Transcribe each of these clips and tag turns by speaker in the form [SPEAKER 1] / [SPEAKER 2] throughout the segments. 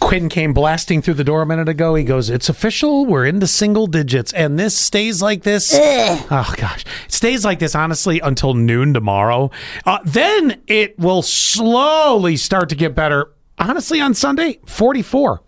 [SPEAKER 1] Quinn came blasting through the door a minute ago. He goes, "It's official. We're into single digits, and this stays like this. Oh gosh, it stays like this honestly until noon tomorrow. Uh, then it will slowly start to get better. Honestly, on Sunday, forty-four.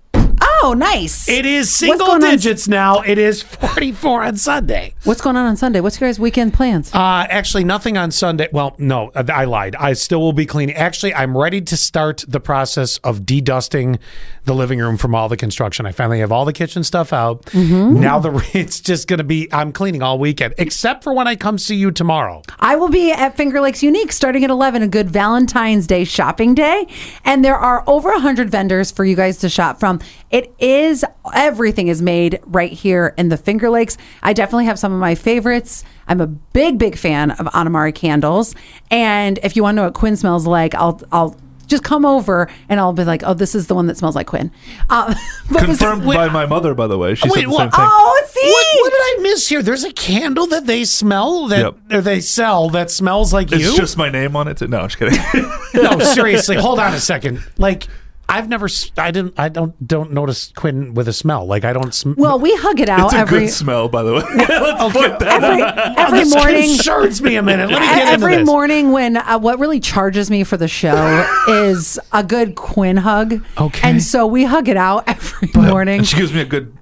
[SPEAKER 2] Oh, nice.
[SPEAKER 1] It is
[SPEAKER 2] What's
[SPEAKER 1] single
[SPEAKER 2] going on-
[SPEAKER 1] digits now. It is forty-four on Sunday.
[SPEAKER 2] What's going on on Sunday? What's your guys' weekend plans?
[SPEAKER 1] Uh, actually, nothing on Sunday. Well, no, I I lied. I still will be cleaning. Actually, I'm ready to start the process of dedusting the living room from all the construction. I finally have all the kitchen stuff out. Now the it's just going to be I'm cleaning all weekend, except for when I come see you tomorrow.
[SPEAKER 2] I will be at Finger Lakes Unique starting at 11, a good Valentine's Day shopping day. And there are over 100 vendors for you guys to shop from. It is, everything is made right here in the Finger Lakes. I definitely have some of my favorites. I'm a big, big fan of Anamari candles. And if you want to know what Quinn smells like, I'll, I'll, just come over and I'll be like, oh, this is the one that smells like Quinn. Uh, but it's-
[SPEAKER 3] Confirmed by my mother, by the way. She
[SPEAKER 1] Wait,
[SPEAKER 3] said the
[SPEAKER 1] what?
[SPEAKER 3] same thing.
[SPEAKER 2] Oh, see?
[SPEAKER 1] What, what did I miss here? There's a candle that they smell that
[SPEAKER 3] Yep.
[SPEAKER 1] or they sell that smells like
[SPEAKER 3] It's
[SPEAKER 1] you.
[SPEAKER 3] just my name on it. Too. No, I'm just kidding.
[SPEAKER 1] no, seriously, hold on a second. Like. I've never, s- I didn't, I don't, don't notice Quinn with a smell. Like I don't. Sm-
[SPEAKER 2] Well, we hug it out
[SPEAKER 3] it's a
[SPEAKER 2] every
[SPEAKER 3] good smell, by the way. Let's put that
[SPEAKER 2] every,
[SPEAKER 1] Oh,
[SPEAKER 2] every
[SPEAKER 1] This
[SPEAKER 2] morning. e,
[SPEAKER 1] concerns me a minute. Let me get into
[SPEAKER 2] Every
[SPEAKER 1] this.
[SPEAKER 2] morning, when uh, what really charges me for the show is a good Quinn hug.
[SPEAKER 1] Okay.
[SPEAKER 2] and so we hug it out every morning.
[SPEAKER 3] And she gives me a good.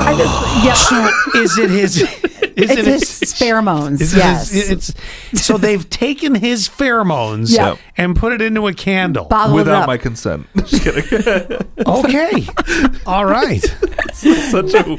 [SPEAKER 2] I just, yeah,
[SPEAKER 1] is it his? Is it
[SPEAKER 2] it's his pheromones.
[SPEAKER 1] Is it
[SPEAKER 2] yes,
[SPEAKER 1] his, it's so they've taken his pheromones
[SPEAKER 2] Yeah.
[SPEAKER 1] and put it into a candle.
[SPEAKER 2] Bottle it
[SPEAKER 3] Without
[SPEAKER 2] up.
[SPEAKER 3] my consent. Just kidding.
[SPEAKER 1] Okay, all right.
[SPEAKER 3] Such a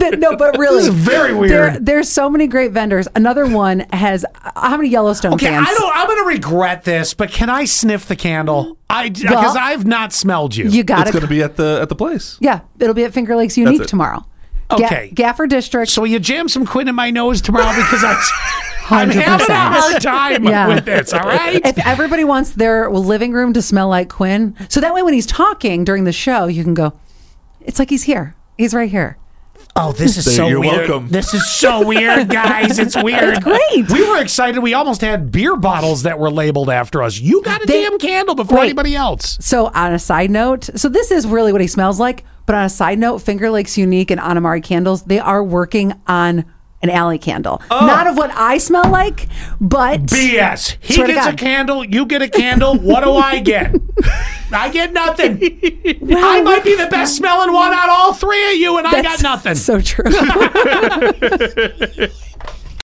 [SPEAKER 2] Th- no, but really,
[SPEAKER 1] This is very weird.
[SPEAKER 2] There, there's so many great vendors. Another one has uh, how many Yellowstone
[SPEAKER 1] Okay,
[SPEAKER 2] fans?
[SPEAKER 1] I don't. I'm going to regret this, but can I sniff the candle? I because
[SPEAKER 2] Well,
[SPEAKER 1] I've not smelled you.
[SPEAKER 2] you
[SPEAKER 3] It's
[SPEAKER 2] got
[SPEAKER 3] going to
[SPEAKER 2] to
[SPEAKER 3] be at the at the place.
[SPEAKER 2] Yeah, it'll be at Finger Lakes Unique
[SPEAKER 3] it.
[SPEAKER 2] tomorrow.
[SPEAKER 1] Okay.
[SPEAKER 2] Gaffer District.
[SPEAKER 1] so will you jam some Quinn in my nose tomorrow because I, I'm having a
[SPEAKER 2] 100%.
[SPEAKER 1] hard time
[SPEAKER 2] Yeah.
[SPEAKER 1] with this. All right.
[SPEAKER 2] if everybody wants their living room to smell like Quinn, so that way when he's talking during the show, you can go, it's like he's here. He's right here.
[SPEAKER 1] Oh, this is
[SPEAKER 3] Say,
[SPEAKER 1] so
[SPEAKER 3] "You're
[SPEAKER 1] weird.
[SPEAKER 3] welcome."
[SPEAKER 1] This is so weird, guys. It's weird.
[SPEAKER 2] It's great.
[SPEAKER 1] We were excited. We almost had beer bottles that were labeled after us. You got a
[SPEAKER 2] They-
[SPEAKER 1] damn candle before
[SPEAKER 2] Wait.
[SPEAKER 1] anybody else.
[SPEAKER 2] So, on a side note, so this is really what he smells like. But on a side note, Finger Lakes Unique and Anamari Candles, they are working on an alley candle.
[SPEAKER 1] Oh.
[SPEAKER 2] Not of what I smell like, but
[SPEAKER 1] BS. He
[SPEAKER 2] Swear to
[SPEAKER 1] gets a
[SPEAKER 2] God.
[SPEAKER 1] candle. You get a candle. What do I get? I get nothing. I might be the best smelling one out of all three of you, and I got
[SPEAKER 2] That's
[SPEAKER 1] nothing.
[SPEAKER 2] So true.